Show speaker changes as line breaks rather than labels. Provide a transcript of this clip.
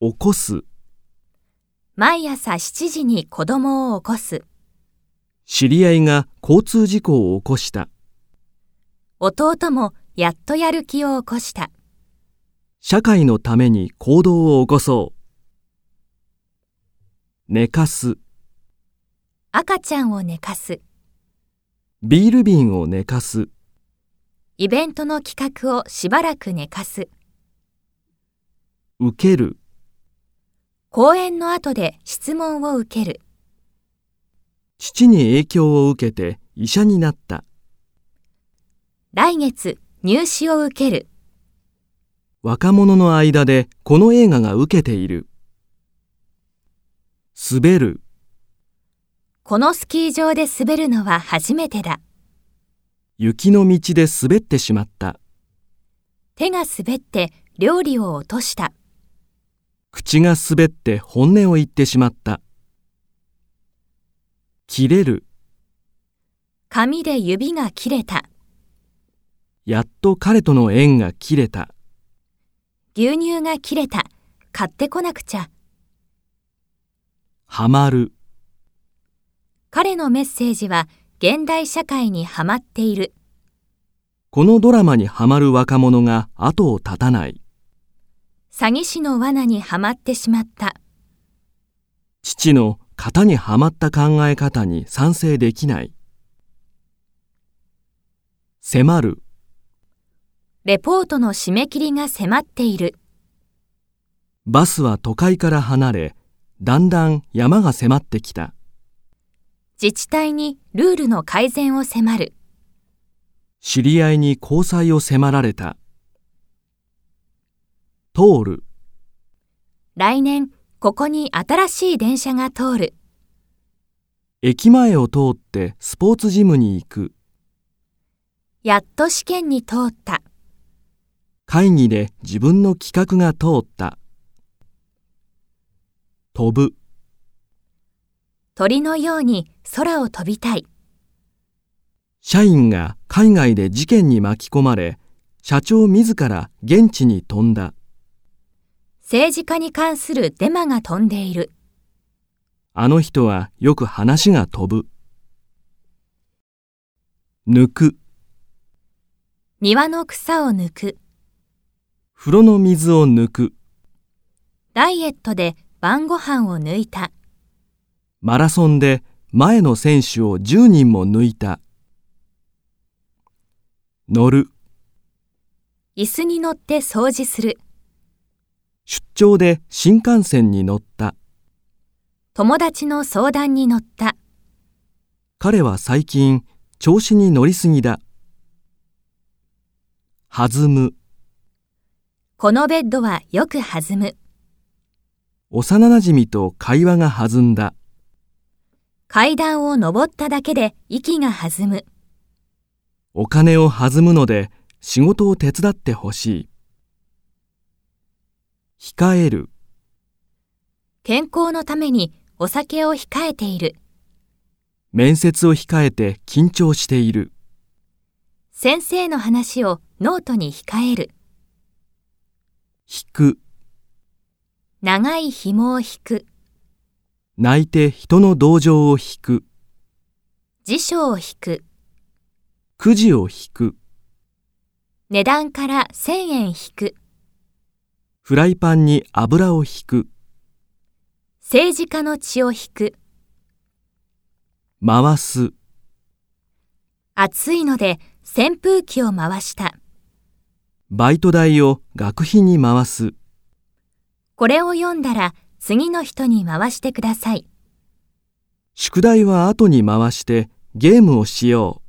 起こす、
毎朝7時に子供を起こす。
知り合いが交通事故を起こした、
弟もやっとやる気を起こした。
社会のために行動を起こそう。寝かす、
赤ちゃんを寝かす。
ビール瓶を寝かす、
イベントの企画をしばらく寝かす。
受ける、
講演の後で質問を受ける。
父に影響を受けて医者になった、
来月入試を受ける。
若者の間でこの映画が受けている。滑る、
このスキー場で滑るのは初めてだ。
雪の道で滑ってしまった、
手が滑って料理を落とした。
口が滑って本音を言ってしまった。切れる、
紙で指が切れた。
やっと彼との縁が切れた。
牛乳が切れた。買ってこなくちゃ。
はまる、
彼のメッセージは現代社会にはまっている。
このドラマにはまる若者が後を絶たない。
詐欺師の罠にはまってしまった。
父の型にはまった考え方に賛成できない。迫る、
レポートの締め切りが迫っている。
バスは都会から離れ、だんだん山が迫ってきた。
自治体にルールの改善を迫る。
知り合いに交際を迫られた。通る、
来年、ここに新しい電車が通る。
駅前を通ってスポーツジムに行く。
やっと試験に通った。
会議で自分の企画が通った。飛ぶ、
鳥のように空を飛びたい。
社員が海外で事件に巻き込まれ、社長自ら現地に飛んだ。
政治家に関するデマが飛んでいる。
あの人はよく話が飛ぶ。抜く、
庭の草を抜く。
風呂の水を抜く。
ダイエットで晩ご飯を抜いた。
マラソンで前の選手を10人も抜いた。乗る、
椅子に乗って掃除する。
出張で新幹線に乗った。
友達の相談に乗った。
彼は最近、調子に乗りすぎだ。弾む、
このベッドはよく弾む。
幼馴染と会話が弾んだ。
階段を登っただけで息が弾む。
お金を弾むので、仕事を手伝ってほしい。控える、
健康のためにお酒を控えている。
面接を控えて緊張している。
先生の話をノートに控える。
引く、
長い紐を引く。
泣いて人の同情を引く。
辞書を引く。
くじを引く、
値段から1000円引く。
フライパンに油を引く、
政治家の血を引く。
回す、
暑いので扇風機を回した。
バイト代を学費に回す、
これを読んだら次の人に回してください。
宿題は後に回してゲームをしよう。